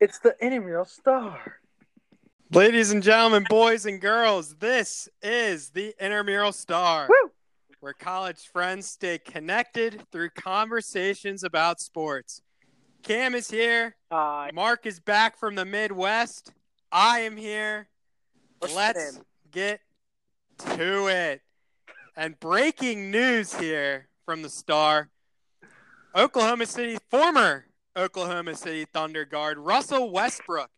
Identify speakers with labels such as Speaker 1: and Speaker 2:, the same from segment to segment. Speaker 1: It's the intramural star.
Speaker 2: Ladies and gentlemen, boys and girls, this is the Intramural Star,
Speaker 1: Woo!
Speaker 2: where college friends stay connected through conversations about sports. Cam is here.
Speaker 1: Uh,
Speaker 2: Mark is back from the Midwest. I am here.
Speaker 1: Let's
Speaker 2: Let's get to it. And breaking news here from the star Oklahoma City, former Oklahoma City Thunder guard Russell Westbrook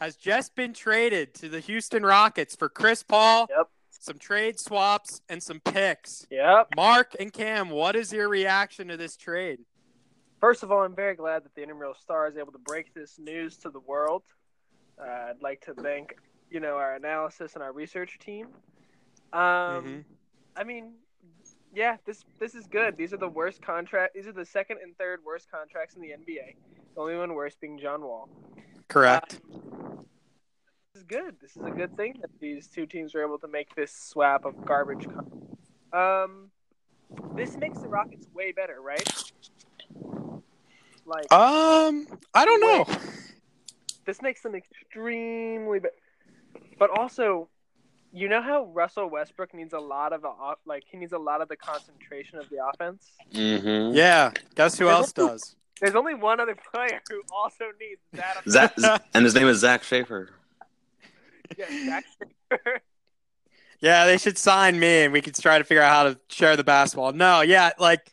Speaker 2: has just been traded to the Houston Rockets for Chris Paul,
Speaker 1: Yep.
Speaker 2: some trade swaps, and some picks.
Speaker 1: yep.
Speaker 2: Mark and Cam, what is your reaction to this trade?
Speaker 1: First of all, I'm very glad that the intramural star is able to break this news to the world. Uh, I'd like to thank, you know, our analysis and our research team. Um,
Speaker 2: Mhm.
Speaker 1: I mean, yeah, this this is good. These are the worst contract. These are the second and third worst contracts in the NBA. The only one worse being John Wall.
Speaker 2: Correct.
Speaker 1: This is good. This is a good thing that these two teams were able to make this swap of garbage. Con- um, this makes the Rockets way better, right? Like
Speaker 2: Um, I don't know.
Speaker 1: this makes them extremely be- but also you know how Russell Westbrook needs a lot of the off- like he needs a lot of the concentration of the offense.
Speaker 3: Mm-hmm.
Speaker 2: Yeah, guess who
Speaker 1: Is
Speaker 2: else
Speaker 1: that who-
Speaker 2: does?
Speaker 1: There's only one other player who also needs that.
Speaker 3: Zach, and his name is Zach Schaefer.
Speaker 1: Yeah, Zach
Speaker 2: Yeah, they should sign me and we could try to figure out how to share the basketball. No, yeah, like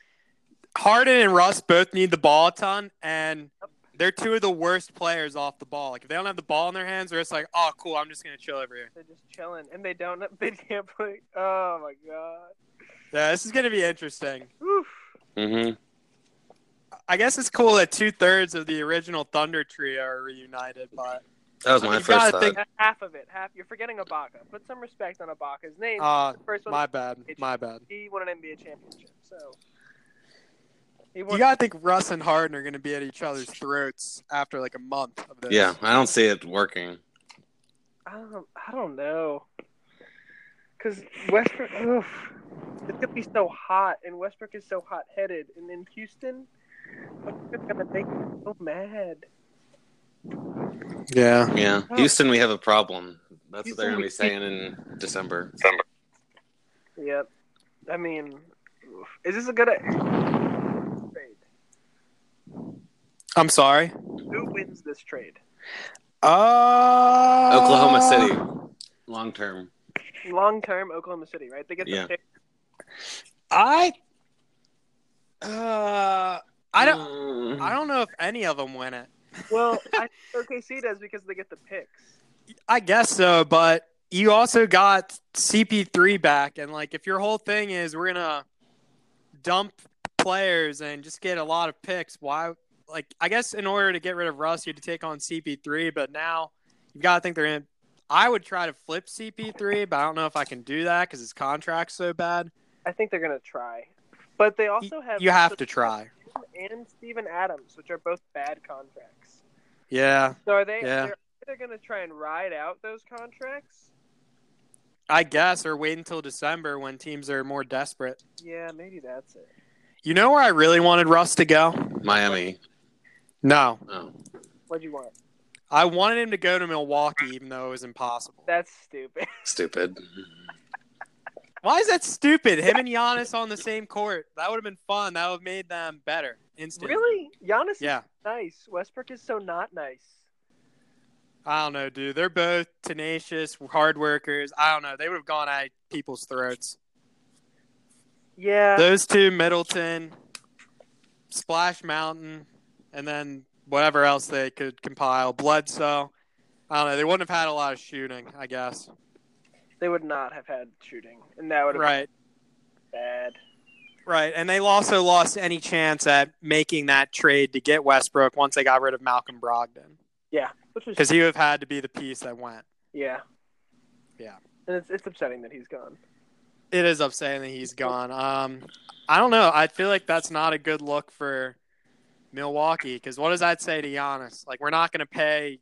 Speaker 2: Harden and Russ both need the ball a ton and they're two of the worst players off the ball. Like if they don't have the ball in their hands, they're just like, oh cool, I'm just gonna chill over here.
Speaker 1: They're just chilling, and they don't. They can't play. Oh my god.
Speaker 2: Yeah, this is gonna be interesting.
Speaker 1: Oof.
Speaker 3: Mm-hmm.
Speaker 2: I guess it's cool that two thirds of the original Thunder trio are reunited, but
Speaker 3: That was
Speaker 2: I
Speaker 3: my
Speaker 2: mean, you
Speaker 3: first
Speaker 2: gotta
Speaker 3: thought.
Speaker 2: think-
Speaker 1: Ha- Half of it. Half. You're forgetting Ibaka. Put some respect on Ibaka's name.
Speaker 2: uh
Speaker 1: First one,
Speaker 2: my bad. My bad.
Speaker 1: he won an NBA championship, so he
Speaker 2: You
Speaker 1: won.
Speaker 2: gotta think Russ and Harden are gonna be at each other's throats after like a month of this.
Speaker 3: Yeah, I don't see it working.
Speaker 1: I don't. I don't know. Because Westbrook, oof, it's gonna be so hot, and Westbrook is so hot-headed, and in Houston, Westbrook's gonna make me so mad.
Speaker 2: Yeah.
Speaker 3: Yeah,
Speaker 1: Oh.
Speaker 3: Houston, we have a problem. That's what
Speaker 1: Houston,
Speaker 3: they're gonna
Speaker 1: we-
Speaker 3: be saying in December.
Speaker 1: Yep. I mean, oof. is this a good trade?
Speaker 2: I'm sorry.
Speaker 1: Who wins this trade?
Speaker 2: Uh,
Speaker 3: Oklahoma City, long term.
Speaker 1: Long term, Oklahoma City, right? They get the
Speaker 3: Yeah.
Speaker 1: pick.
Speaker 2: I. Uh, I don't.
Speaker 3: don't.
Speaker 2: I don't know if any of them win it.
Speaker 1: Well, I think OKC does because they get the picks.
Speaker 2: I guess so, but you also got CP3 back, and like if your whole thing is we're gonna dump players and just get a lot of picks, why? Like I guess in order to get rid of Russ, you had to take on CP3, but now you gotta think they're gonna. I would try to flip CP3, but I don't know if I can do that because his contract's so bad.
Speaker 1: I think they're gonna try, but they also have
Speaker 2: You have to try.
Speaker 1: and Steven Adams, which are both bad contracts.
Speaker 2: Yeah.
Speaker 1: So are they?
Speaker 2: Yeah.
Speaker 1: They're, they're gonna try and ride out those contracts.
Speaker 2: I guess, or wait until December when teams are more desperate.
Speaker 1: Yeah, maybe that's it.
Speaker 2: You know where I really wanted Russ to go?
Speaker 3: Miami.
Speaker 2: No,
Speaker 3: Oh.
Speaker 1: What do you want?
Speaker 2: I wanted him to go to Milwaukee, even though it was impossible.
Speaker 1: That's stupid.
Speaker 3: Stupid.
Speaker 2: Why is that stupid? Him and Giannis on the same court. That would have been fun. That would have made them better. Instant.
Speaker 1: really, Giannis
Speaker 2: Yeah.
Speaker 1: is nice. Westbrook is so not nice.
Speaker 2: I don't know, dude. They're both tenacious, hard workers. I don't know. They would have gone at people's throats.
Speaker 1: Yeah.
Speaker 2: Those two, Middleton, Splash Mountain, and then whatever else they could compile. Bledsoe. I don't know. They wouldn't have had a lot of shooting, I guess.
Speaker 1: they would not have had shooting, and that would have
Speaker 2: Right,
Speaker 1: been bad.
Speaker 2: right. And they also lost any chance at making that trade to get Westbrook once they got rid of Malcolm Brogdon
Speaker 1: Yeah, which was
Speaker 2: because he would have had to be the piece that went.
Speaker 1: yeah,
Speaker 2: Yeah.
Speaker 1: and it's it's upsetting that he's gone.
Speaker 2: It is upsetting that he's gone. Um, I don't know. I feel like that's not a good look for Milwaukee because what does that say to Giannis? Like, we're not going to pay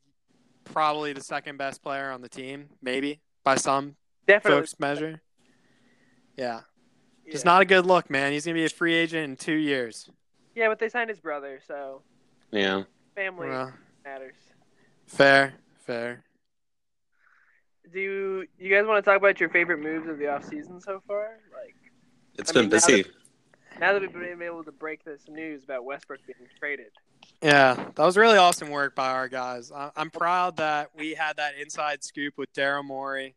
Speaker 2: probably the second best player on the team, maybe by some
Speaker 1: Definitely,
Speaker 2: folks' measure. Yeah,
Speaker 1: yeah.
Speaker 2: it's not a good look, man. He's going to be a free agent in two years.
Speaker 1: Yeah, but they signed his brother, so
Speaker 3: Yeah.
Speaker 1: family
Speaker 2: Well,
Speaker 1: matters.
Speaker 2: Fair, fair.
Speaker 1: Do you, you guys want to talk about your favorite moves of the offseason so far? Like
Speaker 3: It's
Speaker 1: I
Speaker 3: been
Speaker 1: mean, now
Speaker 3: busy.
Speaker 1: now that we've been able to break this news about Westbrook being traded.
Speaker 2: Yeah, that was really awesome work by our guys. I- I'm proud that we had that inside scoop with Daryl Morey.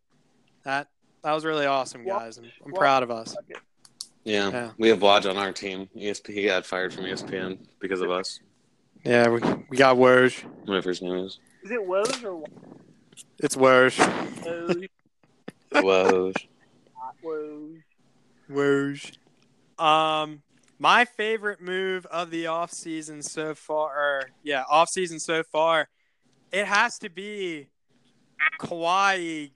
Speaker 2: That that was really awesome,
Speaker 1: Yeah.
Speaker 2: guys. I'm, I'm
Speaker 1: Yeah.
Speaker 2: proud of us.
Speaker 3: Yeah.
Speaker 2: Yeah.
Speaker 3: We have Woj on our team. ESP he got fired from E ESPN because of us.
Speaker 2: Yeah, we, we got Woj.
Speaker 3: Whatever his name is.
Speaker 1: Is it Woes or
Speaker 2: It's Woj.
Speaker 1: Woj?
Speaker 3: Woj.
Speaker 1: Woj.
Speaker 2: Woj. Um, my favorite move of the offseason so far, or, yeah, offseason so far, it has to be Kawhi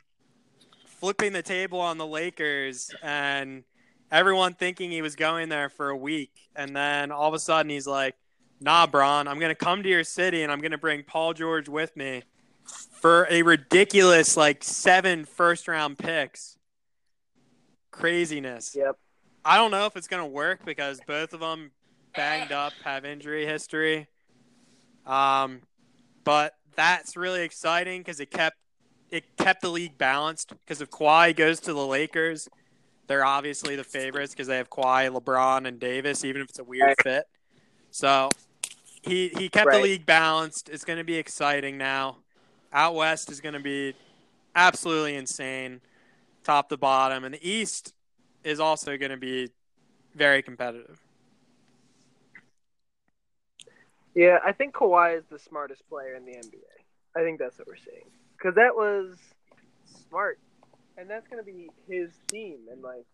Speaker 2: flipping the table on the Lakers and everyone thinking he was going there for a week. And then all of a sudden he's like, nah, Bron, I'm going to come to your city and I'm going to bring Paul George with me for a ridiculous, like, seven first round picks. Craziness.
Speaker 1: Yep.
Speaker 2: I don't know if it's gonna work because both of them banged up, have injury history. Um, but that's really exciting because it kept it kept the league balanced. Because if Kawhi goes to the Lakers, they're obviously the favorites because they have Kawhi, LeBron, and Davis. Even if it's a weird
Speaker 1: Right.
Speaker 2: fit, so he he kept the
Speaker 1: Right.
Speaker 2: league balanced. It's gonna be exciting now. Out west is gonna be absolutely insane, top to bottom, and the East is also going to be very competitive.
Speaker 1: Yeah, I think Kawhi is the smartest player in the NBA. I think that's what we're seeing. Because that was smart. And that's going to be his team. And, like,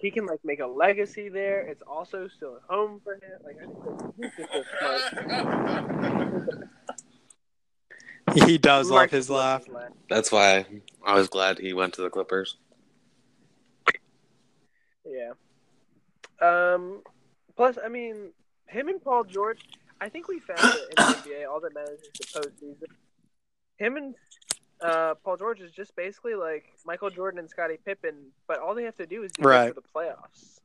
Speaker 1: he can, like, make a legacy there. It's also still at home for him. Like, I think that he's just so smart.
Speaker 2: He does
Speaker 1: Marcus loves his laugh.
Speaker 3: That's why I was glad he went to the Clippers.
Speaker 1: Yeah. Um, plus, I mean, him and Paul George, I think we found it in the NBA, all that matters is the postseason. Him and uh, Paul George is just basically like Michael Jordan and Scottie Pippen, but all they have to do is do it
Speaker 2: Right.
Speaker 1: for the playoffs.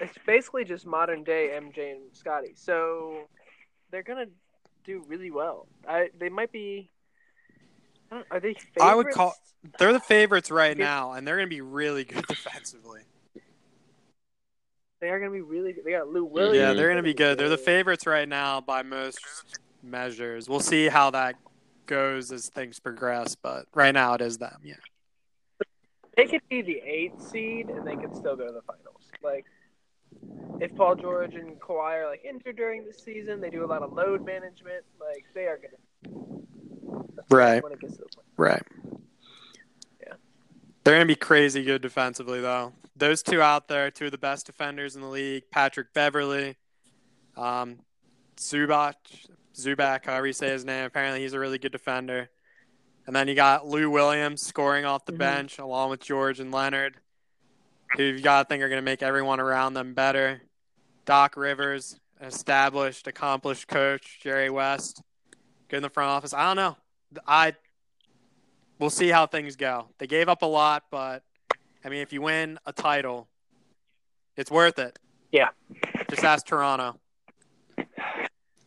Speaker 1: It's basically just modern day MJ and Scotty. So they're going to do really well. I They might be. I don't- Are they favorites?
Speaker 2: I would call- They're the favorites right
Speaker 1: Yeah.
Speaker 2: now, and they're going to be really good defensively.
Speaker 1: They are going to be really good. They got Lou Williams.
Speaker 2: Yeah, they're going to be good. They're the
Speaker 1: Yeah.
Speaker 2: favorites right now by most measures. We'll see how that goes as things progress, but right now it is them. Yeah.
Speaker 1: they could be the eighth seed and they could still go to the finals. Like if Paul George and Kawhi are like injured during the season, they do a lot of load management. Like they are gonna
Speaker 2: Right.
Speaker 1: when it gets to the point.
Speaker 2: Right.
Speaker 1: Yeah.
Speaker 2: They're going to be crazy good defensively, though. Those two out there, two of the best defenders in the league, Patrick Beverly, um, Zubac, Zubac, however you say his name. Apparently, he's a really good defender. And then you got Lou Williams scoring off the
Speaker 1: Mhm.
Speaker 2: bench, along with George and Leonard, who you got to think are going to make everyone around them better. Doc Rivers, an established, accomplished coach, Jerry West, good in the front office. I don't know. I we'll see how things go. They gave up a lot, but I mean, if you win a title, it's worth it.
Speaker 1: Yeah.
Speaker 2: Just ask Toronto.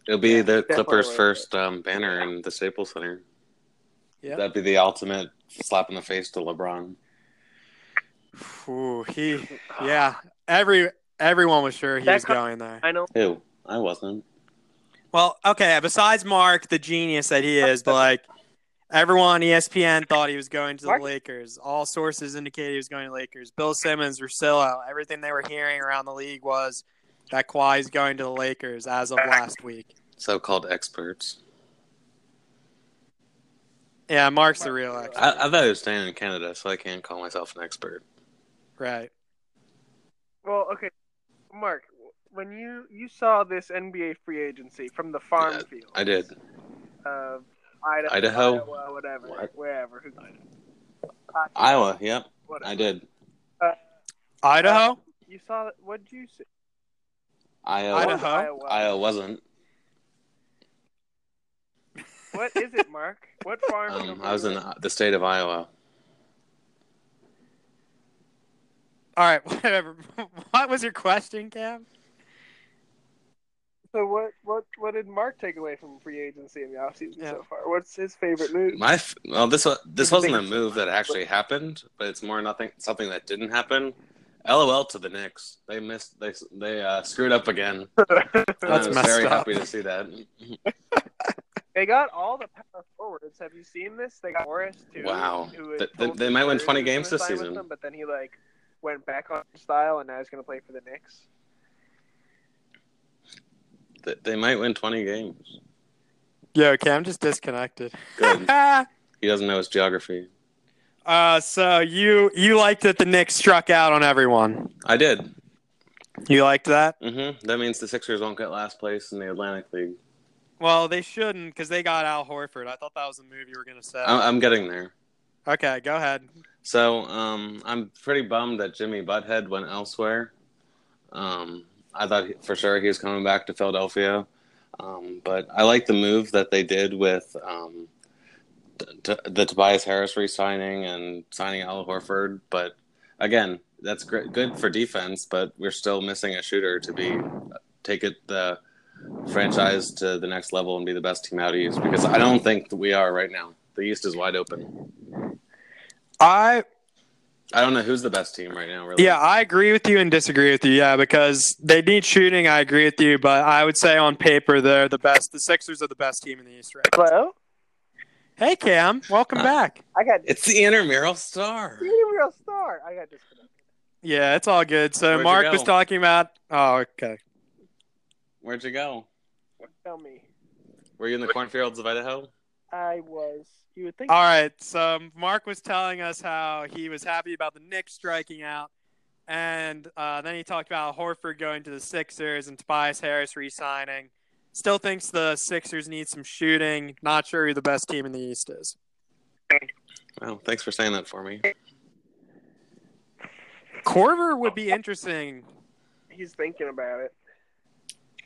Speaker 3: It'll be
Speaker 1: Yeah,
Speaker 3: the
Speaker 1: definitely
Speaker 3: Clippers'
Speaker 1: worth it.
Speaker 3: first um, banner in the Staples Center.
Speaker 2: Yeah.
Speaker 3: That'd be the ultimate slap in the face to LeBron.
Speaker 2: Ooh, he, yeah. Every everyone was sure he
Speaker 1: That
Speaker 2: was
Speaker 1: co-
Speaker 2: going there.
Speaker 1: I know
Speaker 3: Ew, I wasn't.
Speaker 2: Well, okay. Besides Mark, the genius that he is, but like everyone, E ESPN thought he was going to the
Speaker 1: Mark-
Speaker 2: Lakers. All sources indicated he was going to Lakers. Bill Simmons, Russillo, everything they were hearing around the league was that Kawhi's going to the Lakers as of last week.
Speaker 3: So-called experts.
Speaker 2: Yeah, Mark's the real
Speaker 1: Mark-
Speaker 2: expert,
Speaker 3: I, I thought I was staying in Canada, so I can't call myself an expert.
Speaker 2: right?
Speaker 1: well, okay. Mark, when you you saw this NBA free agency from the farm
Speaker 3: Yeah,
Speaker 1: field.
Speaker 3: I did.
Speaker 1: Of Idaho,
Speaker 3: Idaho.
Speaker 1: Iowa, whatever.
Speaker 3: What?
Speaker 1: Wherever. Who knows?
Speaker 3: Iowa, yep,
Speaker 1: Whatever.
Speaker 3: I did.
Speaker 2: Idaho.
Speaker 1: You saw that what'd you see?
Speaker 3: Iowa,
Speaker 2: Idaho.
Speaker 1: Iowa.
Speaker 3: Iowa wasn't.
Speaker 1: What is it, Mark? What farm field
Speaker 3: Um,
Speaker 1: were
Speaker 3: I was
Speaker 1: you
Speaker 3: in
Speaker 1: at?
Speaker 3: the state of Iowa.
Speaker 2: All right, whatever. what was your question, Cam?
Speaker 1: So what what what did Mark take away from free agency in the offseason
Speaker 2: Yeah.
Speaker 1: so far? What's his favorite move?
Speaker 3: My f- well, this wa- this
Speaker 1: Big
Speaker 3: wasn't a
Speaker 1: thing.
Speaker 3: move that actually happened, but it's more nothing something that didn't happen. LOL to the Knicks. They missed. They they uh, screwed up again. And
Speaker 2: That's
Speaker 3: I was
Speaker 2: messed
Speaker 3: very
Speaker 2: up.
Speaker 3: happy to see that.
Speaker 1: They got all the power forwards. Have you seen this? They got Morris too.
Speaker 3: Wow.
Speaker 1: who had
Speaker 3: Th- th-
Speaker 1: told
Speaker 3: they might win
Speaker 1: Spurs
Speaker 3: 20
Speaker 1: he was gonna
Speaker 3: games this
Speaker 1: sign with
Speaker 3: season.
Speaker 1: them, but then he like went back on his style, and now he's going to play for the Knicks.
Speaker 3: Th- they might win twenty games.
Speaker 2: Yo, okay, I'm just disconnected.
Speaker 3: Good. he doesn't know his geography.
Speaker 2: uh, so you you liked that the Knicks struck out on everyone.
Speaker 3: I did.
Speaker 2: You liked that?
Speaker 3: hmm That means the Sixers won't get last place in the Atlantic League.
Speaker 2: Well, they shouldn't because they got Al Horford. I thought that was the move you were gonna say.
Speaker 3: I- I'm getting there.
Speaker 2: okay, go ahead.
Speaker 3: So um, I'm pretty bummed that Jimmy Butthead went elsewhere. Um, I thought he- for sure he was coming back to Philadelphia, um, but I like the move that they did with um, t- t- the Tobias Harris re-signing and signing Al Horford. But again, that's gr- good for defense, but we're still missing a shooter to be take it the franchise to the next level and be the best team out of East because I don't think that we are right now. The East is wide open.
Speaker 2: I
Speaker 3: I don't know who's the best team right now, really.
Speaker 2: yeah, I agree with you and disagree with you. Yeah, because they need shooting. I agree with you, but I would say on paper they're the best. The Sixers are the best team in the East right. now.
Speaker 1: Hello,
Speaker 2: Hey, Cam, welcome
Speaker 3: Hi.
Speaker 2: back.
Speaker 1: I got
Speaker 3: It's the intramural star.
Speaker 1: you're a real star. I got disconnected.
Speaker 2: Yeah, it's all good. So
Speaker 3: Where'd you
Speaker 2: Mark was
Speaker 3: go?
Speaker 2: talking about. Oh, okay.
Speaker 3: Where'd you go?
Speaker 1: Tell me,
Speaker 3: Were you in the cornfields of Idaho?
Speaker 1: I was. You would think.
Speaker 2: All right. So Mark was telling us how he was happy about the Knicks striking out, and uh, then he talked about Horford going to the Sixers and Tobias Harris re-signing. Still thinks the Sixers need some shooting. Not sure who the best team in the East is.
Speaker 3: Well, thanks for saying that for me.
Speaker 2: Corver would be interesting.
Speaker 1: He's thinking about it.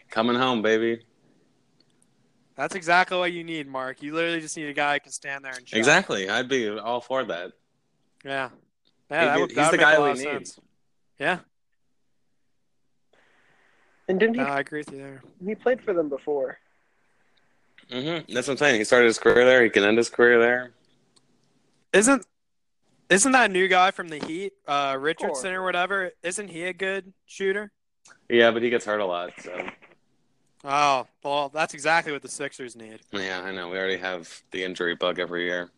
Speaker 3: Coming home, baby.
Speaker 2: That's exactly what you need, Mark. You literally just need a guy who can stand there and shoot.
Speaker 3: Exactly. I'd be all for that.
Speaker 2: Yeah. Yeah, that
Speaker 3: He'd
Speaker 2: would,
Speaker 3: be-
Speaker 2: that
Speaker 3: he's
Speaker 2: would
Speaker 3: the
Speaker 2: make
Speaker 3: guy
Speaker 2: a lot
Speaker 3: we
Speaker 2: of
Speaker 3: need.
Speaker 2: sense. Yeah,
Speaker 1: And didn't he?
Speaker 2: no, I agree with you there.
Speaker 1: he played for them before.
Speaker 3: Mm-hmm. That's what I'm saying. He started his career there. He can end his career there.
Speaker 2: Isn't isn't that new guy from the Heat, uh, Richardson
Speaker 1: Sure.
Speaker 2: or whatever? Isn't he a good shooter?
Speaker 3: Yeah, but he gets hurt a lot. So
Speaker 2: Oh, well, that's exactly what the Sixers need.
Speaker 3: yeah, I know. We already have the injury bug every year.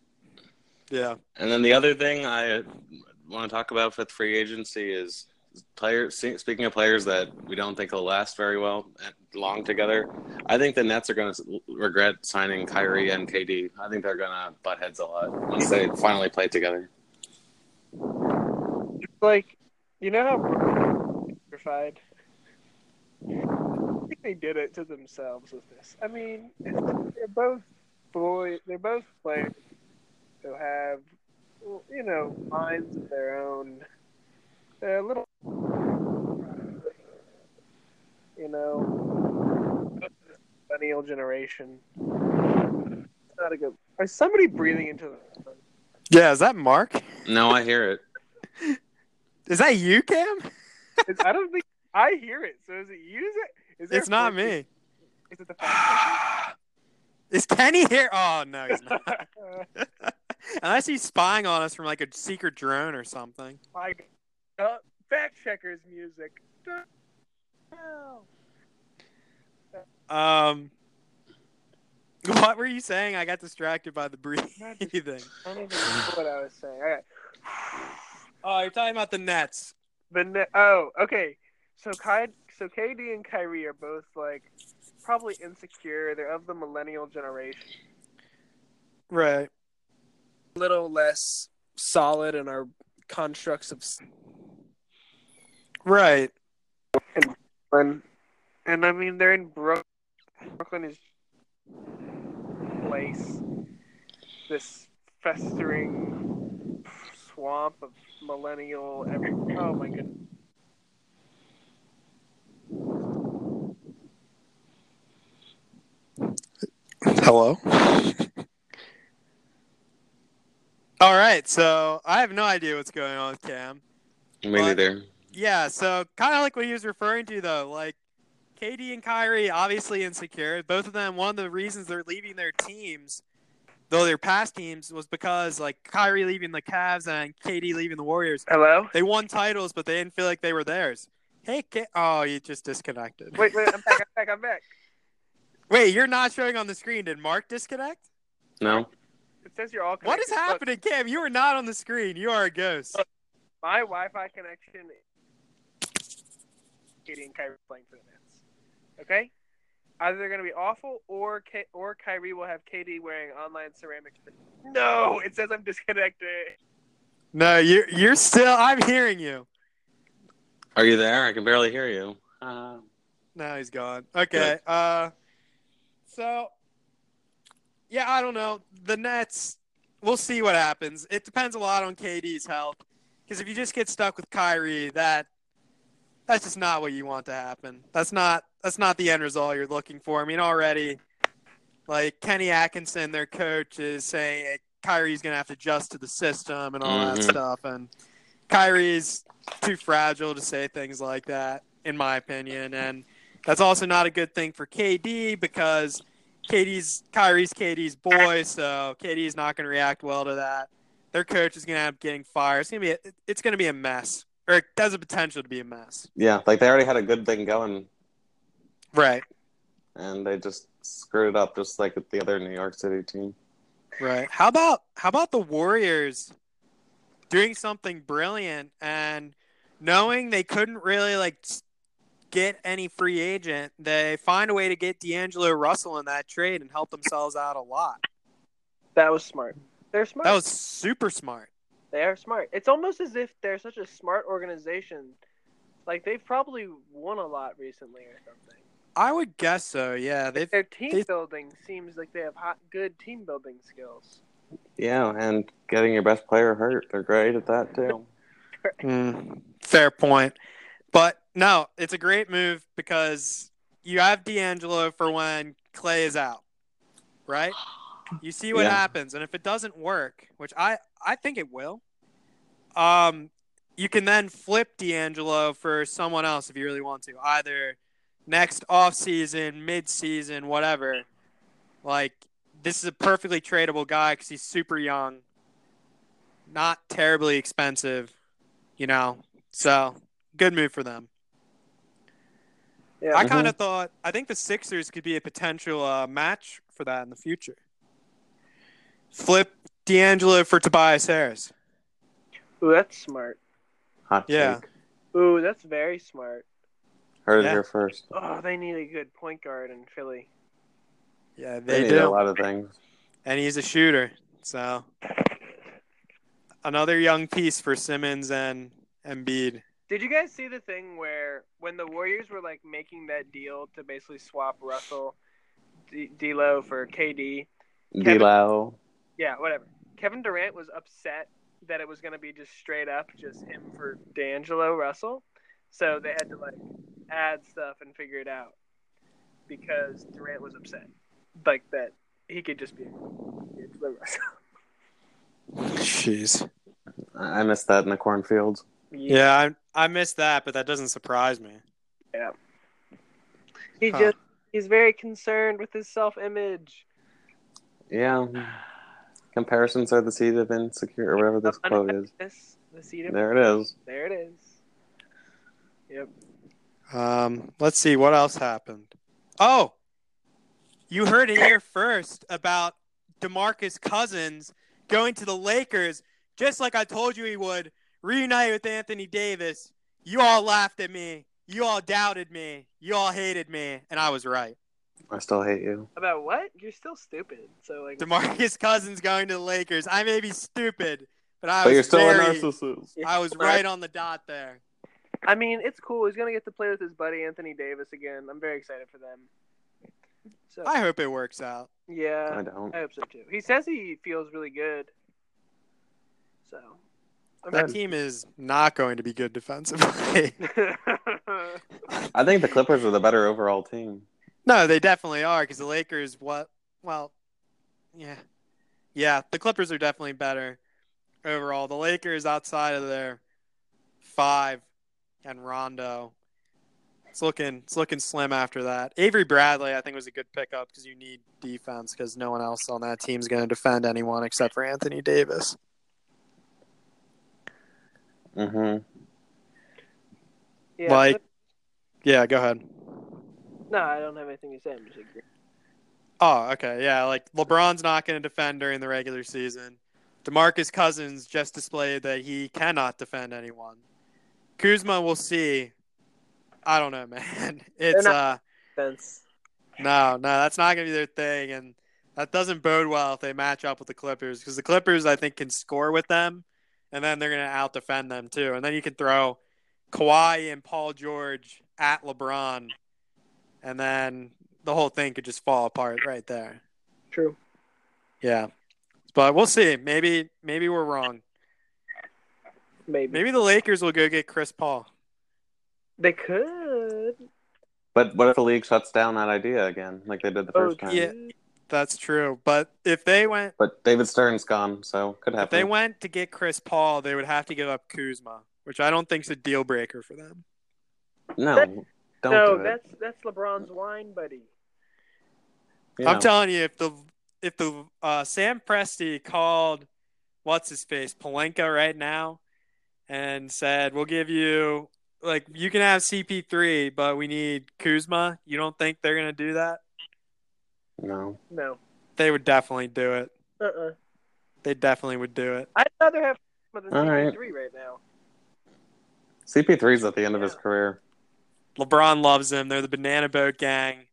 Speaker 2: Yeah.
Speaker 3: And then the other thing I want to talk about with free agency is players. Speaking of players that we don't think will last very well and long together, I think the Nets are going to regret signing Kyrie and KD. I think they're going to butt heads a lot once they finally play together.
Speaker 1: Like, you know how Brooklyn was terrified. I think they did it to themselves with this. I mean, it's- they're both boy. They're both players who have, well, you know, minds of their own. They're a little, you know, millennial generation. It's not a good. Is somebody breathing into the?
Speaker 2: Yeah, is that Mark?
Speaker 3: No, I hear it.
Speaker 2: Is that you, Cam?
Speaker 1: It's- I don't think I hear it. So is it you? Is it? Is there
Speaker 2: It's not
Speaker 1: four-
Speaker 2: me.
Speaker 1: Is it the fact
Speaker 2: Is Kenny here? Oh no, he's not.
Speaker 1: checker?
Speaker 2: Unless he's spying on us from like a secret drone or something.
Speaker 1: Uh, like, uh, fact checkers music. No.
Speaker 2: Um, what were you saying? I got distracted by the breathing.
Speaker 1: I don't even know what I was saying. All right.
Speaker 2: Oh, you're talking about the Nets.
Speaker 1: The ne- oh, okay. So Ky- so KD and Kyrie are both like probably insecure. They're of the millennial generation.
Speaker 2: Right.
Speaker 1: A little less solid in our constructs of
Speaker 2: Right.
Speaker 1: Brooklyn. And I mean, they're in Brooklyn. Brooklyn is place. This festering swamp of millennial. Every- oh my goodness.
Speaker 2: Hello. All right, so I have no idea what's going on with Cam.
Speaker 3: Me
Speaker 2: What?
Speaker 3: neither.
Speaker 2: Yeah, so kind of like what he was referring to, though. Like, KD and Kyrie obviously insecure. Both of them, one of the reasons they're leaving their teams, though their past teams, was because like Kyrie leaving the Cavs and KD leaving the Warriors.
Speaker 1: Hello?
Speaker 2: They won titles, but they didn't feel like they were theirs. Hey, K- oh, you just disconnected.
Speaker 1: Wait, wait, I'm back, I'm back, I'm back.
Speaker 2: Wait, you're not showing on the screen. Did Mark disconnect?
Speaker 3: No.
Speaker 1: It says you're all connected.
Speaker 2: What is
Speaker 1: Look,
Speaker 2: happening, Cam? You are not on the screen. You are a ghost.
Speaker 1: my Wi-Fi connection Katie and Kyrie playing for the Nets. Okay? Either they're going to be awful or K- or Kyrie will have KD wearing online ceramic. No, it says I'm disconnected.
Speaker 2: No, you're you're still. I'm hearing you.
Speaker 3: Are you there? I can barely hear you. Uh,
Speaker 2: No, he's gone. Okay. Uh, so, yeah, I don't know. The Nets, we'll see what happens. It depends a lot on KD's health. Because if you just get stuck with Kyrie, that that's just not what you want to happen. That's not that's not the end result you're looking for. I mean, already, like Kenny Atkinson, their coach, is saying eh, Kyrie's going to have to adjust to the system and all that
Speaker 3: Mhm.
Speaker 2: stuff. And Kyrie's too fragile to say things like that, in my opinion. And that's also not a good thing for KD because KD's Kyrie's KD's boy, so KD's not going to react well to that. Their coach is going to end up getting fired. It's going to be a, it's going to be a mess, or it has a potential to be a mess.
Speaker 3: yeah, like they already had a good thing going,
Speaker 2: Right,
Speaker 3: and they just screwed it up, just like with the other New York City team.
Speaker 2: right. How about how about the Warriors doing something brilliant and knowing they couldn't really like s- get any free agent, they find a way to get D'Angelo Russell in that trade and help themselves out a lot.
Speaker 1: That was smart. They're smart.
Speaker 2: That was super smart.
Speaker 1: They are smart. It's almost as if they're such a smart organization. Like they've probably won a lot recently or something.
Speaker 2: I would guess so. Yeah, they've
Speaker 1: Their team
Speaker 2: They-
Speaker 1: building seems like they have hot, good team building skills.
Speaker 3: Yeah, and getting your best player hurt, they're great at that too. Hmm.
Speaker 2: Mm, fair point. But no, it's a great move because you have D'Angelo for when Clay is out, right? You see what
Speaker 3: Yeah.
Speaker 2: happens, and if it doesn't work, which I I think it will, um, you can then flip D'Angelo for someone else if you really want to, either next off season, mid season, whatever. Like this is a perfectly tradable guy because he's super young, not terribly expensive, you know. So good move for them.
Speaker 1: Yeah.
Speaker 2: I kind of thought I think the Sixers could be a potential uh, match for that in the future. Flip D'Angelo for Tobias Harris.
Speaker 1: Ooh, that's smart.
Speaker 3: Hot
Speaker 2: Yeah.
Speaker 3: take.
Speaker 1: Ooh, that's very smart.
Speaker 3: Heard
Speaker 2: Yeah.
Speaker 3: it here first.
Speaker 1: Oh, they need a good point guard in Philly.
Speaker 2: Yeah, they,
Speaker 3: They, need a
Speaker 2: do,
Speaker 3: lot of things.
Speaker 2: and he's a shooter. So another young piece for Simmons and Embiid.
Speaker 1: Did you guys see the thing where when the Warriors were like making that deal to basically swap Russell, D- D'Lo for KD? Kevin-
Speaker 3: D'Lo.
Speaker 1: Yeah, whatever. Kevin Durant was upset that it was going to be just straight up just him for D'Angelo Russell. So they had to like add stuff and figure it out because Durant was upset. Like that he could just be D'Angelo Russell.
Speaker 2: Jeez.
Speaker 3: I I missed that in the cornfields.
Speaker 2: Yeah, I I missed that, but that doesn't surprise me.
Speaker 1: He
Speaker 2: Huh.
Speaker 1: just he's very concerned with his self image.
Speaker 3: Yeah. Comparisons are the seed of insecure, or whatever this quote is.
Speaker 1: This the seat of
Speaker 3: There it is.
Speaker 1: there it is. Yep.
Speaker 2: Um, let's see what else happened. Oh, you heard it here first about DeMarcus Cousins going to the Lakers, just like I told you he would, reunite with Anthony Davis. You all laughed at me. You all doubted me. You all hated me, and I was right.
Speaker 3: I still hate you.
Speaker 1: About what? You're still stupid. So like
Speaker 2: DeMarcus Cousins going to the Lakers. I may be stupid, but I
Speaker 3: But
Speaker 2: was
Speaker 3: you're still
Speaker 2: very-
Speaker 3: a narcissist.
Speaker 2: I was right on the dot there.
Speaker 1: I mean, it's cool. He's gonna get to play with his buddy Anthony Davis again. I'm very excited for them. So
Speaker 2: I hope it works out.
Speaker 3: I
Speaker 1: yeah,
Speaker 3: don't.
Speaker 1: I hope so too. He says he feels really good. So I'm
Speaker 2: That team is not going to be good defensively.
Speaker 3: I think the Clippers are the better overall team.
Speaker 2: No, they definitely are because the Lakers. What? Well, yeah, yeah. The Clippers are definitely better overall. The Lakers, outside of their five and Rondo, It's looking it's looking slim after that. Avery Bradley, I think, was a good pickup because you need defense because no one else on that team's going to defend anyone except for Anthony Davis.
Speaker 3: Mm-hmm.
Speaker 1: Yeah,
Speaker 2: Like, yeah, go ahead.
Speaker 1: but- no, I don't have anything to say. I'm just agreeing.
Speaker 2: Oh, okay, yeah. Like LeBron's not going to defend during the regular season. DeMarcus Cousins just displayed that he cannot defend anyone. Kuzma, we'll see. I don't know, man. It's
Speaker 1: not-
Speaker 2: uh.
Speaker 1: Sense.
Speaker 2: No, no, that's not going to be their thing, and that doesn't bode well if they match up with the Clippers because the Clippers, I think, can score with them, and then they're going to out defend them too, and then you can throw Kawhi and Paul George at LeBron, and then the whole thing could just fall apart right there.
Speaker 1: True.
Speaker 2: Yeah, but we'll see. Maybe, maybe we're wrong.
Speaker 1: Maybe.
Speaker 2: Maybe the Lakers will go get Chris Paul.
Speaker 1: they could.
Speaker 3: But what if the league shuts down that idea again, like they did the
Speaker 1: Oh,
Speaker 3: first time?
Speaker 2: yeah. That's true, but if they went,
Speaker 3: But David Stern's gone, so could happen.
Speaker 2: If they went to get Chris Paul, they would have to give up Kuzma, which I don't think is a deal breaker for them.
Speaker 3: no, don't
Speaker 1: no,
Speaker 3: do it.
Speaker 1: that's that's LeBron's wine buddy.
Speaker 3: You
Speaker 2: I'm
Speaker 3: know,
Speaker 2: telling you, if the if the uh, Sam Presti called what's his face Palenka right now and said, "We'll give you like you can have CP3, but we need Kuzma," you don't think they're gonna do that?
Speaker 3: no.
Speaker 1: No.
Speaker 2: They would definitely do it.
Speaker 1: Uh uh-uh. uh.
Speaker 2: They definitely would do it.
Speaker 1: i would rather have with the
Speaker 3: All right.
Speaker 1: three right now.
Speaker 3: CP3's at the end of his
Speaker 1: Yeah.
Speaker 3: career.
Speaker 2: LeBron loves them. They're the banana boat gang.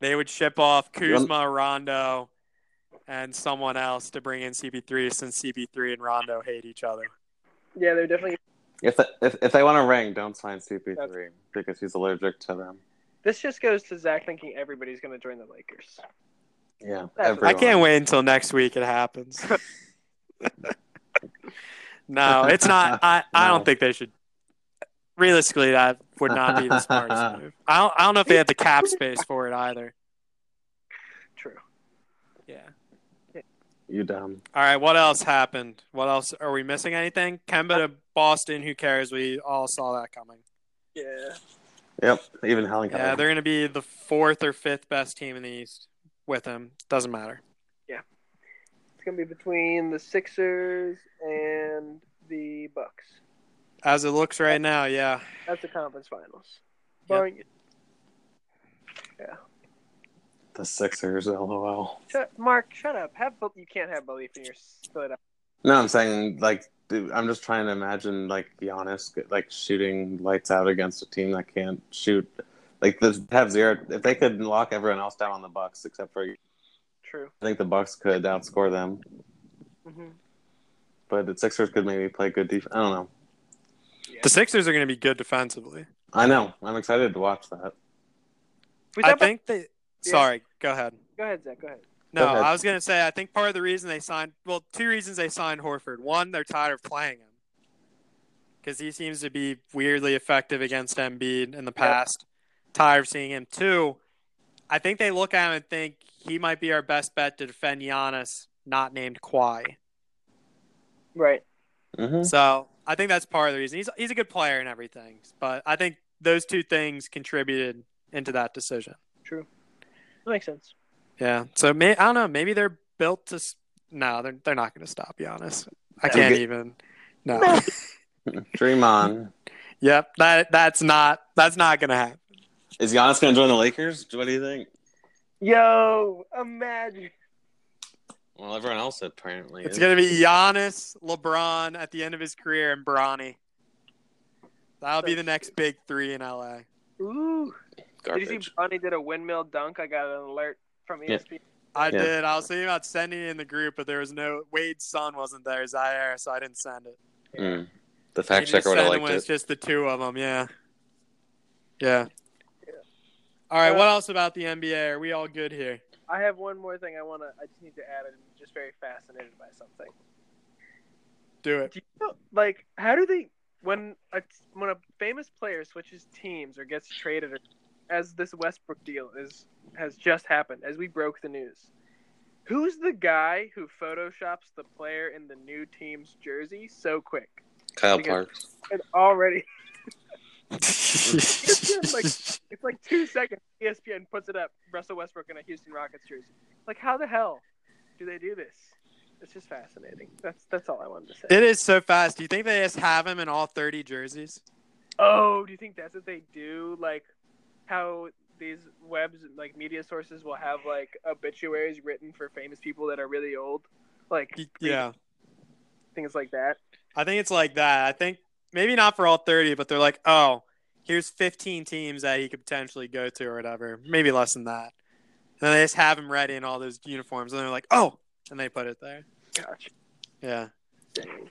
Speaker 2: They would ship off Kuzma, Rondo, and someone else to bring in CP3 since CP3 and Rondo hate each other.
Speaker 1: Yeah, they're definitely
Speaker 3: If the, if, if they want a ring, don't sign CP3
Speaker 1: Okay.
Speaker 3: because he's allergic to them.
Speaker 1: This just goes to Zach thinking everybody's going to join the Lakers.
Speaker 3: Yeah,
Speaker 1: I
Speaker 2: I
Speaker 3: everyone.
Speaker 2: can't wait until next week it happens. no, it's not. I, I
Speaker 3: No.
Speaker 2: don't think they should. Realistically, that would not be the smartest move. I don't, I don't know if they have the cap space for it either.
Speaker 1: True.
Speaker 2: Yeah.
Speaker 3: You dumb.
Speaker 2: All right, what else happened? What else are we missing? Anything? Kemba to Boston. Who cares? We all saw that coming.
Speaker 1: Yeah.
Speaker 3: Yep, even Helen got
Speaker 2: Yeah,
Speaker 3: it.
Speaker 2: they're going to be the fourth or fifth best team in the East with him. Doesn't matter.
Speaker 1: It's going to be between the Sixers and the Bucks.
Speaker 2: As it looks right now, yeah.
Speaker 1: That's the conference finals.
Speaker 2: Yep.
Speaker 1: Barring-
Speaker 3: the Sixers. LOL.
Speaker 1: shut, Mark, shut up. Have bel- you can't have belief in your Philadelphia.
Speaker 3: No, I'm saying like dude, I'm just trying to imagine like Giannis like shooting lights out against a team that can't shoot. Like the have zero. If they could lock everyone else down on the Bucks except for I
Speaker 1: True.
Speaker 3: think the Bucks could outscore them,
Speaker 1: hmm
Speaker 3: but the Sixers could maybe play good defense. I don't know.
Speaker 2: The Sixers are going to be good defensively.
Speaker 3: I know. I'm excited to watch that.
Speaker 1: We
Speaker 2: I
Speaker 1: talked about-
Speaker 2: think they.
Speaker 1: Yeah.
Speaker 2: Sorry, go ahead.
Speaker 1: go ahead, Zach. Go ahead.
Speaker 2: No,
Speaker 3: Go ahead.
Speaker 2: I was going to say, I think part of the reason they signed, well, two reasons they signed Horford. One, they're tired of playing him because he seems to be weirdly effective against Embiid in the past. Tired of seeing him. Two, I think they look at him and think he might be our best bet to defend Giannis, not named Kawhi.
Speaker 1: Right.
Speaker 3: hmm
Speaker 2: So I think that's part of the reason. He's, he's a good player and everything, but I think those two things contributed into that decision.
Speaker 1: True. That makes sense.
Speaker 2: Yeah. So may, I don't know. Maybe they're built to. s- No, they're they're not going to stop Giannis. I
Speaker 1: No.
Speaker 2: can't even. No.
Speaker 1: No.
Speaker 3: Dream on.
Speaker 2: yep. That that's not that's not going to happen.
Speaker 3: Is Giannis going to join the Lakers? What do you think?
Speaker 1: Yo, imagine.
Speaker 3: Well, everyone else apparently.
Speaker 2: It's
Speaker 3: is.
Speaker 2: going to be Giannis, LeBron at the end of his career, and Bronny. That'll be the next big three in LA.
Speaker 1: Ooh.
Speaker 3: garbage.
Speaker 1: Did you see Bonnie did a windmill dunk? I got an alert from E
Speaker 3: Yeah.
Speaker 1: ESPN.
Speaker 2: I
Speaker 3: Yeah.
Speaker 2: did. I was thinking about sending it in the group, but there was no Wade's son wasn't there, Zaire, so I didn't send it.
Speaker 3: Mm.
Speaker 2: You
Speaker 3: The fact
Speaker 2: just
Speaker 3: checker would have
Speaker 2: send
Speaker 3: liked
Speaker 2: when
Speaker 3: it.
Speaker 2: It's just the two of them. Yeah. Yeah. Uh, All right. what else about the NBA? Are we all good here?
Speaker 1: I have one more thing I want to. I just need to add. I'm just very fascinated by something.
Speaker 2: Do it.
Speaker 1: Do you know, like, how do they when a when a famous player switches teams or gets traded, as this Westbrook deal is has just happened, as we broke the news. Who's the guy who photoshops the player in the new team's jersey so quick?
Speaker 3: Kyle
Speaker 1: Because-
Speaker 3: Parks.
Speaker 1: And already, like It's like two seconds. E ESPN puts it up. Russell Westbrook in a Houston Rockets jersey. Like, how the hell do they do this? It's just fascinating. That's that's all I wanted to say.
Speaker 2: It is so fast. Do you think they just have him in all 30 jerseys?
Speaker 1: Oh, do you think that's what they do? Like, how these webs, like media sources, will have like obituaries written for famous people that are really old, like
Speaker 2: Y- Yeah.
Speaker 1: things like that.
Speaker 2: I think it's like that. I think maybe not for all 30, but they're like, oh, here's 15 teams that he could potentially go to or whatever. Maybe less than that. And then they just have him ready in all those uniforms. And they're like, oh, and they put it there.
Speaker 1: Gosh.
Speaker 2: Yeah.
Speaker 1: Dang.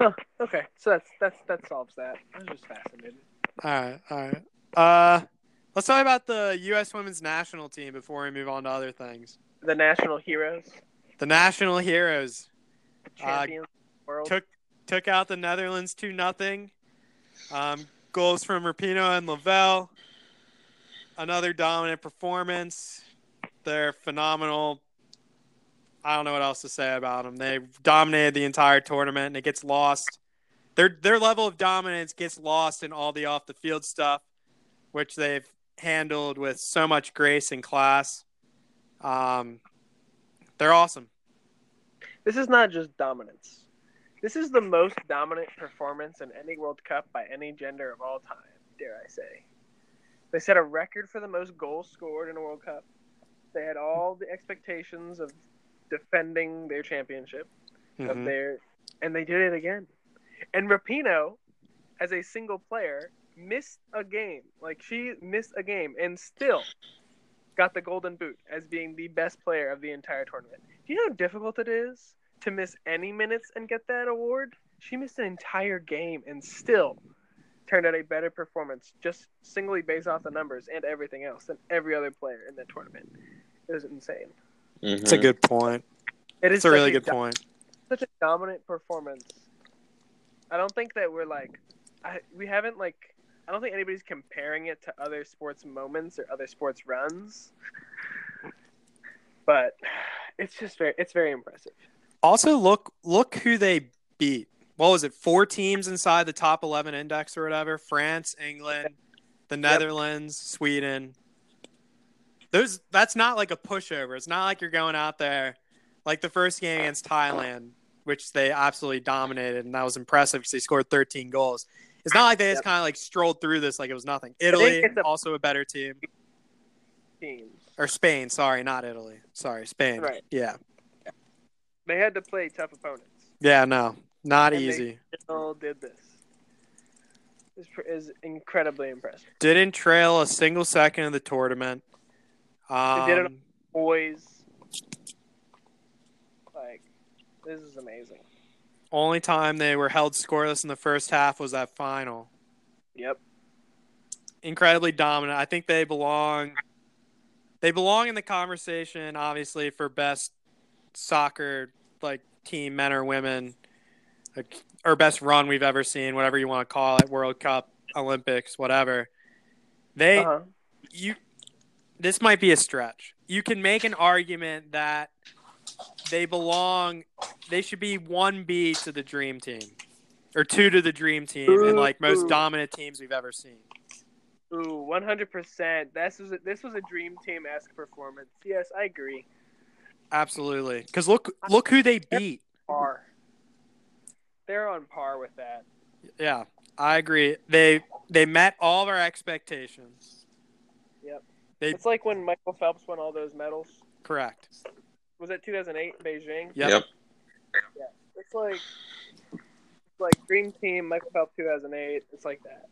Speaker 1: Huh. Okay. So that's that's that solves that. I was just fascinated.
Speaker 2: All right. All right. Uh, let's talk about the U.S. women's national team before we move on to other things.
Speaker 1: The national heroes,
Speaker 2: The national heroes.
Speaker 1: champions of the world.
Speaker 2: took took out the Netherlands two nothing. Um, goals from Rapino and Lavelle. Another dominant performance. They're phenomenal. I don't know what else to say about them. They dominated the entire tournament, and it gets lost. Their their level of dominance gets lost in all the off the field stuff, which they've handled with so much grace and class. Um, they're awesome.
Speaker 1: this is not just dominance. This is the most dominant performance in any World Cup by any gender of all time, dare I say. They set a record for the most goals scored in a World Cup. They had all the expectations of defending their championship
Speaker 2: Mhm.
Speaker 1: of their and they did it again. And Rapino, as a single player, missed a game. Like she missed a game and still got the golden boot as being the best player of the entire tournament. Do you know how difficult it is to miss any minutes and get that award? She missed an entire game and still turned out a better performance just singly based off the numbers and everything else than every other player in the tournament. It was insane.
Speaker 2: It's a
Speaker 3: Mhm.
Speaker 2: good point.
Speaker 1: It is
Speaker 2: It's a really
Speaker 1: such
Speaker 2: good
Speaker 1: do-
Speaker 2: point.
Speaker 1: such a dominant performance. I don't think that we're like, I, we haven't like, I don't think anybody's comparing it to other sports moments or other sports runs. But it's just very, it's very impressive.
Speaker 2: Also, look look who they beat. What was it? Four teams inside the top eleven index or whatever: France, England, the Netherlands, Sweden. Those that's not like a pushover. It's not like you're going out there like the first game against Thailand, which they absolutely dominated, and that was impressive because they scored 13 goals. It's not like they just kind of like strolled through this like it was nothing. Italy
Speaker 1: it's a-
Speaker 2: also a better team,
Speaker 1: Teams,
Speaker 2: or Spain? Sorry, not Italy. Sorry, Spain.
Speaker 1: Right.
Speaker 2: Yeah,
Speaker 1: they had to play tough opponents.
Speaker 2: yeah, no, not
Speaker 1: And they-
Speaker 2: easy.
Speaker 1: Still did this. This pr- is incredibly impressive.
Speaker 2: didn't trail a single second of the tournament. Um,
Speaker 1: did it- Boys, like, this is amazing.
Speaker 2: Only time they were held scoreless in the first half was that final.
Speaker 1: Yep.
Speaker 2: Incredibly dominant. I think they belong. They belong in the conversation, obviously, for best soccer like team, men or women, like, or best run we've ever seen, whatever you want to call it, World Cup, Olympics, whatever. They
Speaker 1: Uh-huh.
Speaker 2: you this might be a stretch. You can make an argument that they belong they should be 1B to the dream team or 2 to the dream team and like most
Speaker 1: Ooh.
Speaker 2: dominant teams we've ever seen.
Speaker 1: Ooh, one hundred percent. This was a, this was a dream team esque performance. Yes, I agree.
Speaker 2: Absolutely. Cuz look look who they beat.
Speaker 1: Par. They're on par with that.
Speaker 2: Yeah, I agree. They they met all of our expectations.
Speaker 1: It's like when Michael Phelps won all those medals.
Speaker 2: Correct.
Speaker 1: Was that two thousand eight Beijing?
Speaker 2: Yep.
Speaker 3: Yep.
Speaker 1: It's like it's like dream team Michael Phelps two thousand eight. It's like that.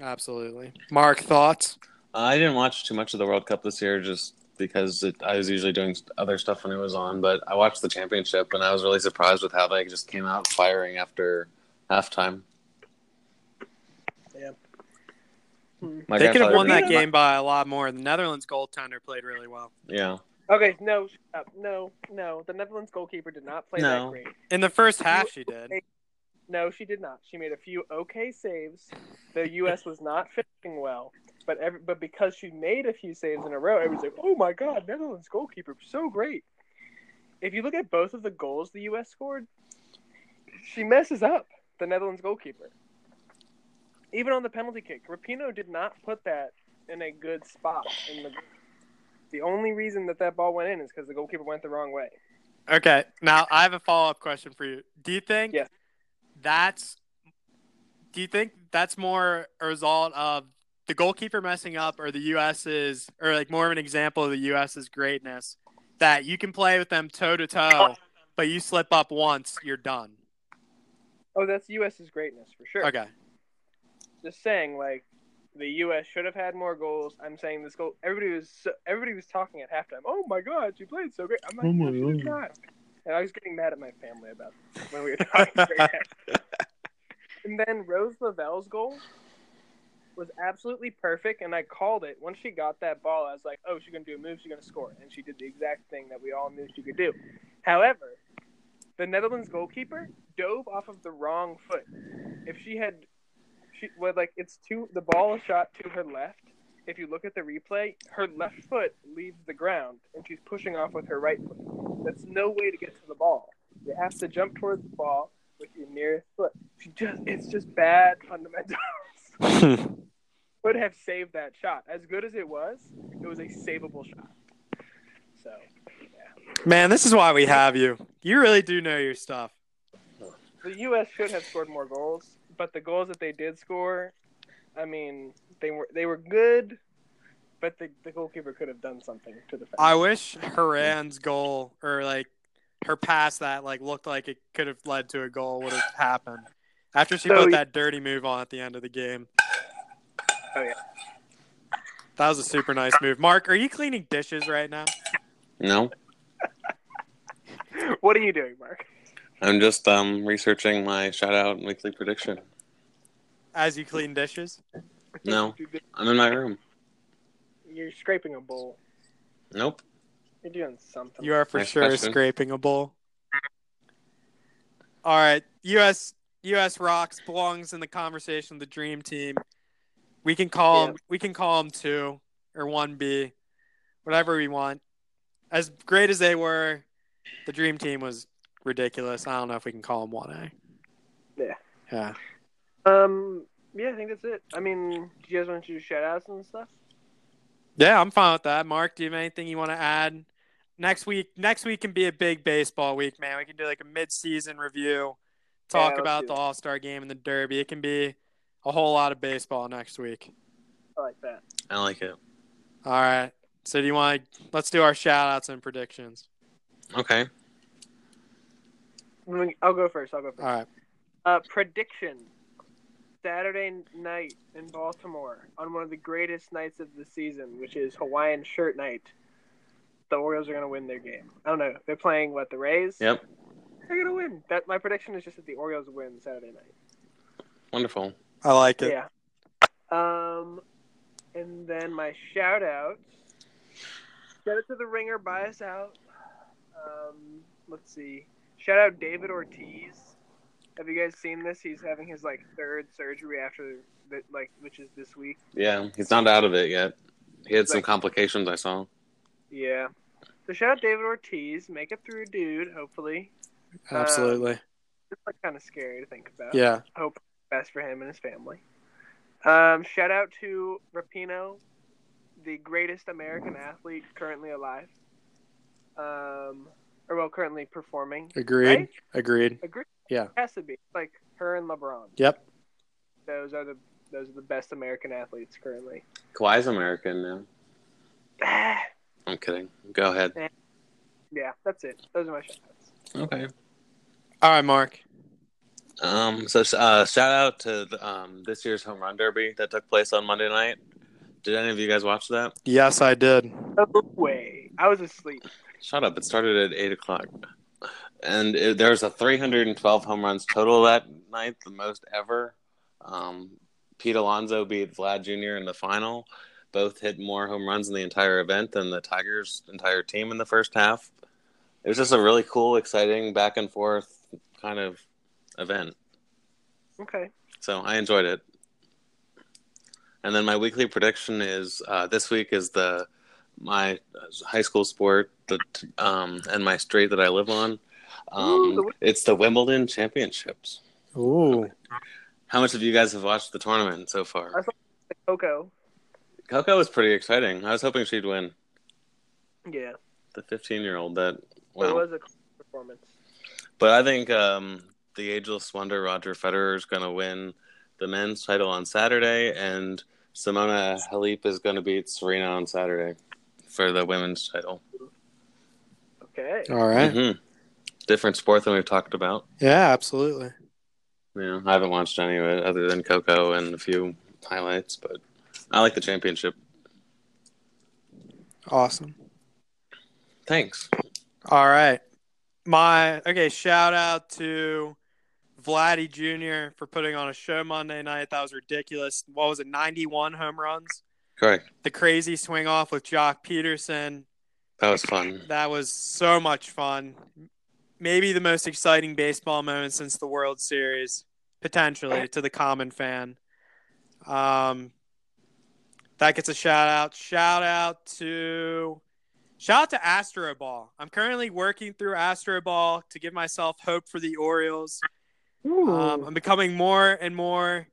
Speaker 2: Absolutely. Mark thoughts?
Speaker 3: I didn't watch too much of the World Cup this year just because it, I was usually doing other stuff when it was on, but I watched the championship and I was really surprised with how they just came out firing after halftime.
Speaker 1: Yeah. Hmm.
Speaker 3: My
Speaker 2: they
Speaker 3: gosh,
Speaker 2: could have
Speaker 3: I
Speaker 2: won that
Speaker 3: remember-
Speaker 2: game by a lot more. The Netherlands goaltender played really well.
Speaker 3: Yeah.
Speaker 1: Okay, no, shut up. no, no. The Netherlands goalkeeper did not play
Speaker 3: No.
Speaker 1: that great.
Speaker 2: In the first half she did.
Speaker 1: No, she did not. She made a few okay saves. The U.S. was not finishing well, but every, but because she made a few saves in a row, everyone's like, "Oh my God, Netherlands goalkeeper, so great." If you look at both of the goals the U.S. scored, she messes up the Netherlands goalkeeper. even on the penalty kick, Rapino did not put that in a good spot. In the, the only reason that that ball went in is because the goalkeeper went the wrong way.
Speaker 2: Okay, now I have a follow up question for you. Do you think
Speaker 1: Yes.
Speaker 2: that's do you think that's more a result of the goalkeeper messing up or the US's or like more of an example of the US's greatness that you can play with them toe to toe, but you slip up once, you're done.
Speaker 1: Oh, that's U.S.'s greatness for sure.
Speaker 2: Okay.
Speaker 1: Just saying, like the U.S. should have had more goals. I'm saying this goal. Everybody was so, everybody was talking at halftime. Oh my God, you played so great. I'm like,
Speaker 3: Oh my
Speaker 1: "No, you did
Speaker 3: God."
Speaker 1: not." And I was getting mad at my family about it when we were talking. right after. and then Rose Lavelle's goal was absolutely perfect, and I called it. Once she got that ball, I was like, "Oh, she's gonna do a move. She's gonna score." And she did the exact thing that we all knew she could do. However, the Netherlands goalkeeper dove off of the wrong foot. If she had, she well, like it's two. The ball is shot to her left. If you look at the replay, her left foot leaves the ground, and she's pushing off with her right foot. That's no way to get to the ball. You have to jump towards the ball with your nearest foot. She just, it's just bad fundamentals. Would have saved that shot. As good as it was, it was a savable shot. So
Speaker 2: Man, this is why we have you. You really do know your stuff.
Speaker 1: the U.S. should have scored more goals, but the goals that they did score, I mean, they were they were good, but the, the goalkeeper could have done something to the.
Speaker 2: I wish Haran's goal or like her pass that like looked like it could have led to a goal would have happened after she
Speaker 1: So-
Speaker 2: put that dirty move on at the end of the game.
Speaker 1: Oh, yeah.
Speaker 2: that was a super nice move. Mark, are you cleaning dishes right now?
Speaker 3: No,
Speaker 1: What are you doing, Mark?
Speaker 3: I'm just um, researching my shout out and weekly prediction.
Speaker 2: As you clean dishes,
Speaker 3: No, I'm in my room.
Speaker 1: You're scraping a bowl.
Speaker 3: Nope.
Speaker 1: You're doing something.
Speaker 2: you are for
Speaker 3: Next
Speaker 2: sure
Speaker 3: question.
Speaker 2: scraping a bowl. All right, U.S. U.S. rocks belongs in the conversation of the dream team. We can call
Speaker 1: Yeah.
Speaker 2: him. We can call him two or one B, whatever we want. As great as they were, the dream team was ridiculous. I don't know if we can call him one A.
Speaker 1: Yeah.
Speaker 2: Yeah.
Speaker 1: Um. Yeah, I think that's it. I mean, do you guys want to do shout outs and stuff?
Speaker 2: Yeah, I'm fine with that. Mark, do you have anything you want to add? Next week, next week can be a big baseball week, man. We can do like a mid-season review, talk
Speaker 1: Yeah, let's
Speaker 2: about
Speaker 1: do
Speaker 2: the
Speaker 1: it.
Speaker 2: All-Star game and the Derby. It can be a whole lot of baseball next week.
Speaker 1: I like that.
Speaker 3: I like it.
Speaker 2: All right. So do you want to let's do our shout-outs and predictions.
Speaker 3: Okay.
Speaker 1: I mean, I'll go first. I'll go first.
Speaker 2: All right.
Speaker 1: Uh, prediction Saturday night in Baltimore on one of the greatest nights of the season, which is Hawaiian shirt night. The Orioles are going to win their game. I don't know. They're playing what the Rays.
Speaker 3: Yep.
Speaker 1: They're going to win. That my prediction is just that the Orioles win Saturday night.
Speaker 3: Wonderful.
Speaker 2: I like it.
Speaker 1: Yeah. Um, and then my shout out. Shout out to the ringer, buy us out. Um, let's see. Shout out David Ortiz. Have you guys seen this? He's having his like third surgery after that, like which is this week.
Speaker 3: Yeah, he's not out of it yet. He had some
Speaker 1: Like-
Speaker 3: complications I saw.
Speaker 1: Yeah. So shout out David Ortiz. Make it through, dude. Hopefully, uh,
Speaker 2: Absolutely.
Speaker 1: it's like kind of scary to think about.
Speaker 2: yeah.
Speaker 1: best for him and his family. Um, shout out to Rapino, the greatest American athlete currently alive, um, or well, currently performing.
Speaker 2: Agreed.
Speaker 1: Right?
Speaker 2: Agreed.
Speaker 1: Agree.
Speaker 2: Yeah.
Speaker 1: has to be like her and LeBron.
Speaker 2: Yep.
Speaker 1: Those are the those are the best American athletes currently.
Speaker 3: Kawhi's American now. I'm kidding. Go ahead.
Speaker 1: yeah, that's it. Those are my shout outs.
Speaker 3: Okay.
Speaker 2: All right, Mark.
Speaker 3: Um, so uh, shout out to the, um, this year's home run derby that took place on Monday night. Did any of you guys watch that?
Speaker 2: Yes, I did.
Speaker 1: No way, I was asleep.
Speaker 3: Shut up! It started at eight o'clock, and it, there was a 312 home runs total that night, the most ever. Um, Pete Alonso beat Vlad Jr. in the final. Both hit more home runs in the entire event than the Tigers' entire team in the first half. It was just a really cool, exciting back and forth kind of event.
Speaker 1: Okay,
Speaker 3: So I enjoyed it. And then my weekly prediction is uh, this week is the my high school sport the um, and my street that I live on. Um,
Speaker 1: Ooh, the-
Speaker 3: It's the Wimbledon Championships.
Speaker 2: Ooh.
Speaker 3: How much of you guys have watched the tournament so far?
Speaker 1: I've- Coco.
Speaker 3: Coco was pretty exciting. I was hoping she'd win.
Speaker 1: Yeah,
Speaker 3: The 15 year old that
Speaker 1: it
Speaker 3: wow.
Speaker 1: was a performance.
Speaker 3: But I think um, the ageless wonder Roger Federer is going to win the men's title on Saturday, and Simona Halep is going to beat Serena on Saturday for the women's title.
Speaker 1: Okay.
Speaker 2: All right.
Speaker 3: hmm Different sport than we've talked about.
Speaker 2: Yeah, absolutely.
Speaker 3: Yeah, I haven't watched any of it other than Coco and a few highlights, but I like the championship.
Speaker 2: Awesome.
Speaker 3: Thanks.
Speaker 2: All right. My okay, shout out to Vladdy Jr. for putting on a show Monday night. That was ridiculous. What was it, 91 home runs?
Speaker 3: Correct.
Speaker 2: The crazy swing off with Jock Peterson.
Speaker 3: That was fun.
Speaker 2: That was so much fun. Maybe the most exciting baseball moment since the World Series, potentially to the common fan. Um, that gets a shout out. Shout out to shout out to Astro Ball. I'm currently working through Astro Ball to give myself hope for the Orioles. Um, I'm becoming more and more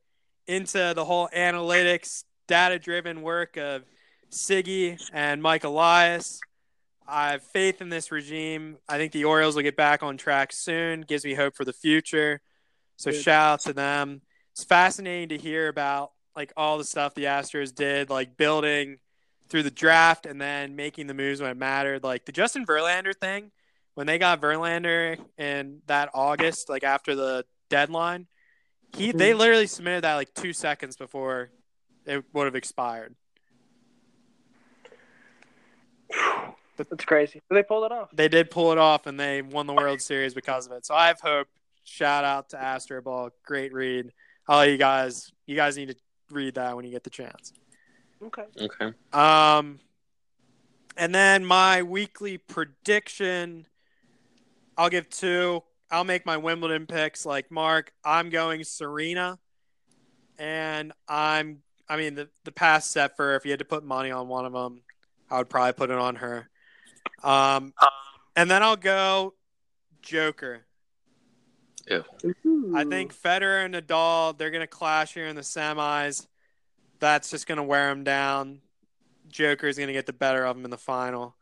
Speaker 2: into the whole analytics, data driven work of Siggy and Mike Elias. I have faith in this regime. I think the Orioles will get back on track soon. Gives me hope for the future. So
Speaker 1: Good.
Speaker 2: shout out to them. It's fascinating to hear about like all the stuff the Astros did, like building through the draft and then making the moves when it mattered. Like the Justin Verlander thing, when they got Verlander in that August, like after the deadline, he they literally submitted that like two seconds before it would have expired.
Speaker 1: That's crazy. But they pulled it off.
Speaker 2: They did pull it off and they won the World Series because of it. So I have hope. Shout out to Astro Ball. Great read. All you guys, you guys need to read that when you get the chance.
Speaker 1: Okay.
Speaker 3: Okay.
Speaker 2: Um, and then my weekly prediction, I'll give two. I'll make my Wimbledon picks like Mark. I'm going Serena, and I'm. I mean, the the past set for if you had to put money on one of them, I would probably put it on her. Um, and then I'll go Joker. I think Federer and Nadal, they're going to clash here in the semis. That's just going to wear them down. Joker's going to get the better of him in the final.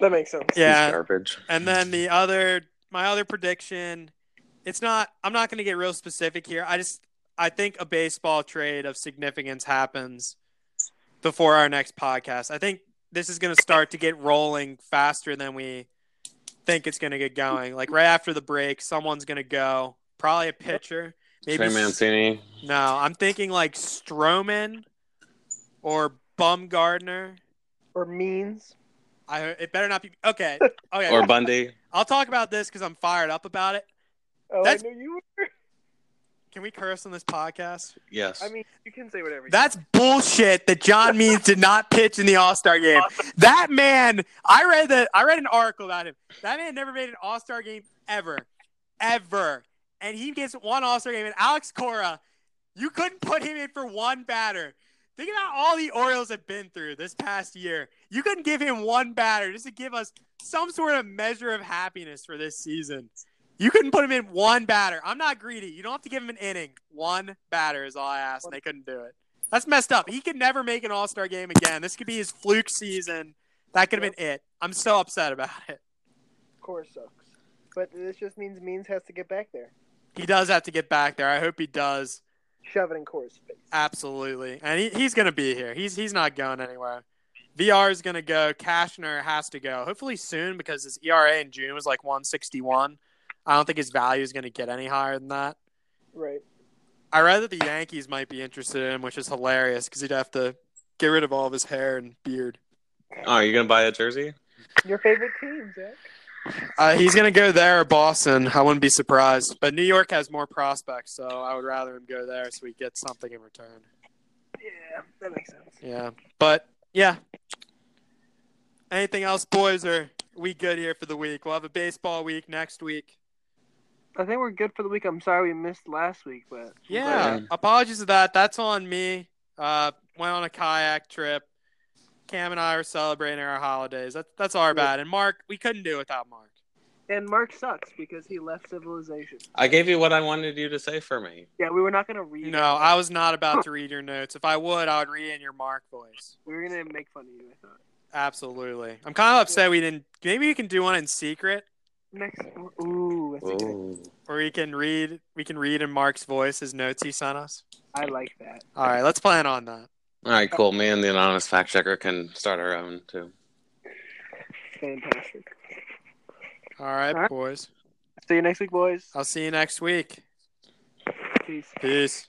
Speaker 1: that makes sense.
Speaker 2: Yeah.
Speaker 3: Garbage.
Speaker 2: And then the other, my other prediction, it's not, I'm not going to get real specific here. I just, I think a baseball trade of significance happens before our next podcast. I think this is going to start to get rolling faster than we think it's going to get going. Like right after the break, someone's going to go, probably a pitcher.
Speaker 3: Trey Mancini.
Speaker 2: No, I'm thinking like Stroman or Bumgardner.
Speaker 1: Or means.
Speaker 2: I it better not be okay. Okay,
Speaker 3: Or Bundy.
Speaker 2: I'll talk about this because I'm fired up about it.
Speaker 1: Oh,
Speaker 2: That's-
Speaker 1: I knew you.
Speaker 2: Can we curse on this podcast?
Speaker 3: Yes.
Speaker 1: I mean, you can say whatever. you
Speaker 2: That's bullshit that John Means did not pitch in the All Star game. That man, I read the I read an article about him. That man never made an All Star game ever, ever, and he gets one All Star game. And Alex Cora, you couldn't put him in for one batter. Think about all the Orioles have been through this past year. You couldn't give him one batter just to give us some sort of measure of happiness for this season. You couldn't put him in one batter. I'm not greedy. You don't have to give him an inning. One batter is all I asked, and they couldn't do it. That's messed up. He could never make an All Star game again. This could be his fluke season. That could have been it. I'm so upset about it.
Speaker 1: Core sucks. But this just means means has to get back there.
Speaker 2: He does have to get back there. I hope he does.
Speaker 1: Shove it in core's face.
Speaker 2: Absolutely. And he, he's going to be here. He's he's not going anywhere. VR is going to go. Cashner has to go. Hopefully soon because his ERA in June was like 161. I don't think his value is going to get any higher than that.
Speaker 1: Right.
Speaker 2: I read that the Yankees might be interested in him, which is hilarious because he'd have to get rid of all of his hair and beard.
Speaker 3: oh, are you going to buy a jersey?
Speaker 1: Your favorite team, Zach.
Speaker 2: Uh, he's going to go there or Boston. I wouldn't be surprised. But New York has more prospects, so I would rather him go there so we get something in return.
Speaker 1: Yeah, that makes sense.
Speaker 2: Yeah. But, yeah. Anything else, boys? Or we good here for the week? We'll have a baseball week next week.
Speaker 1: I think we're good for the week. I'm sorry we missed last week, but
Speaker 2: Yeah.
Speaker 3: Okay.
Speaker 2: Apologies for that. That's on me. Uh, went on a kayak trip. Cam and I were celebrating our holidays. That's that's our bad. And Mark, we couldn't do it without Mark.
Speaker 1: and Mark sucks because he left Civilization.
Speaker 3: I gave you what I wanted you to say for me.
Speaker 1: Yeah, we were not gonna read.
Speaker 2: No, I was not about to read your notes. If I would, I would read in your Mark voice.
Speaker 1: we were gonna make fun of you. I thought
Speaker 2: Absolutely. I'm kind of upset we didn't. Maybe we can do one in secret,
Speaker 1: next. Ooh, that's a good.
Speaker 3: Ooh.
Speaker 2: or we can read. We can read in Mark's voice his notes he sent us.
Speaker 1: I like that.
Speaker 2: All right, let's plan on that.
Speaker 3: All right, cool. Me and the anonymous fact checker can start our own too.
Speaker 1: Fantastic.
Speaker 2: All right,
Speaker 1: All right.
Speaker 2: boys. Uh,
Speaker 1: See you next week, boys.
Speaker 2: I'll see you next week.
Speaker 1: Peace.
Speaker 2: Peace.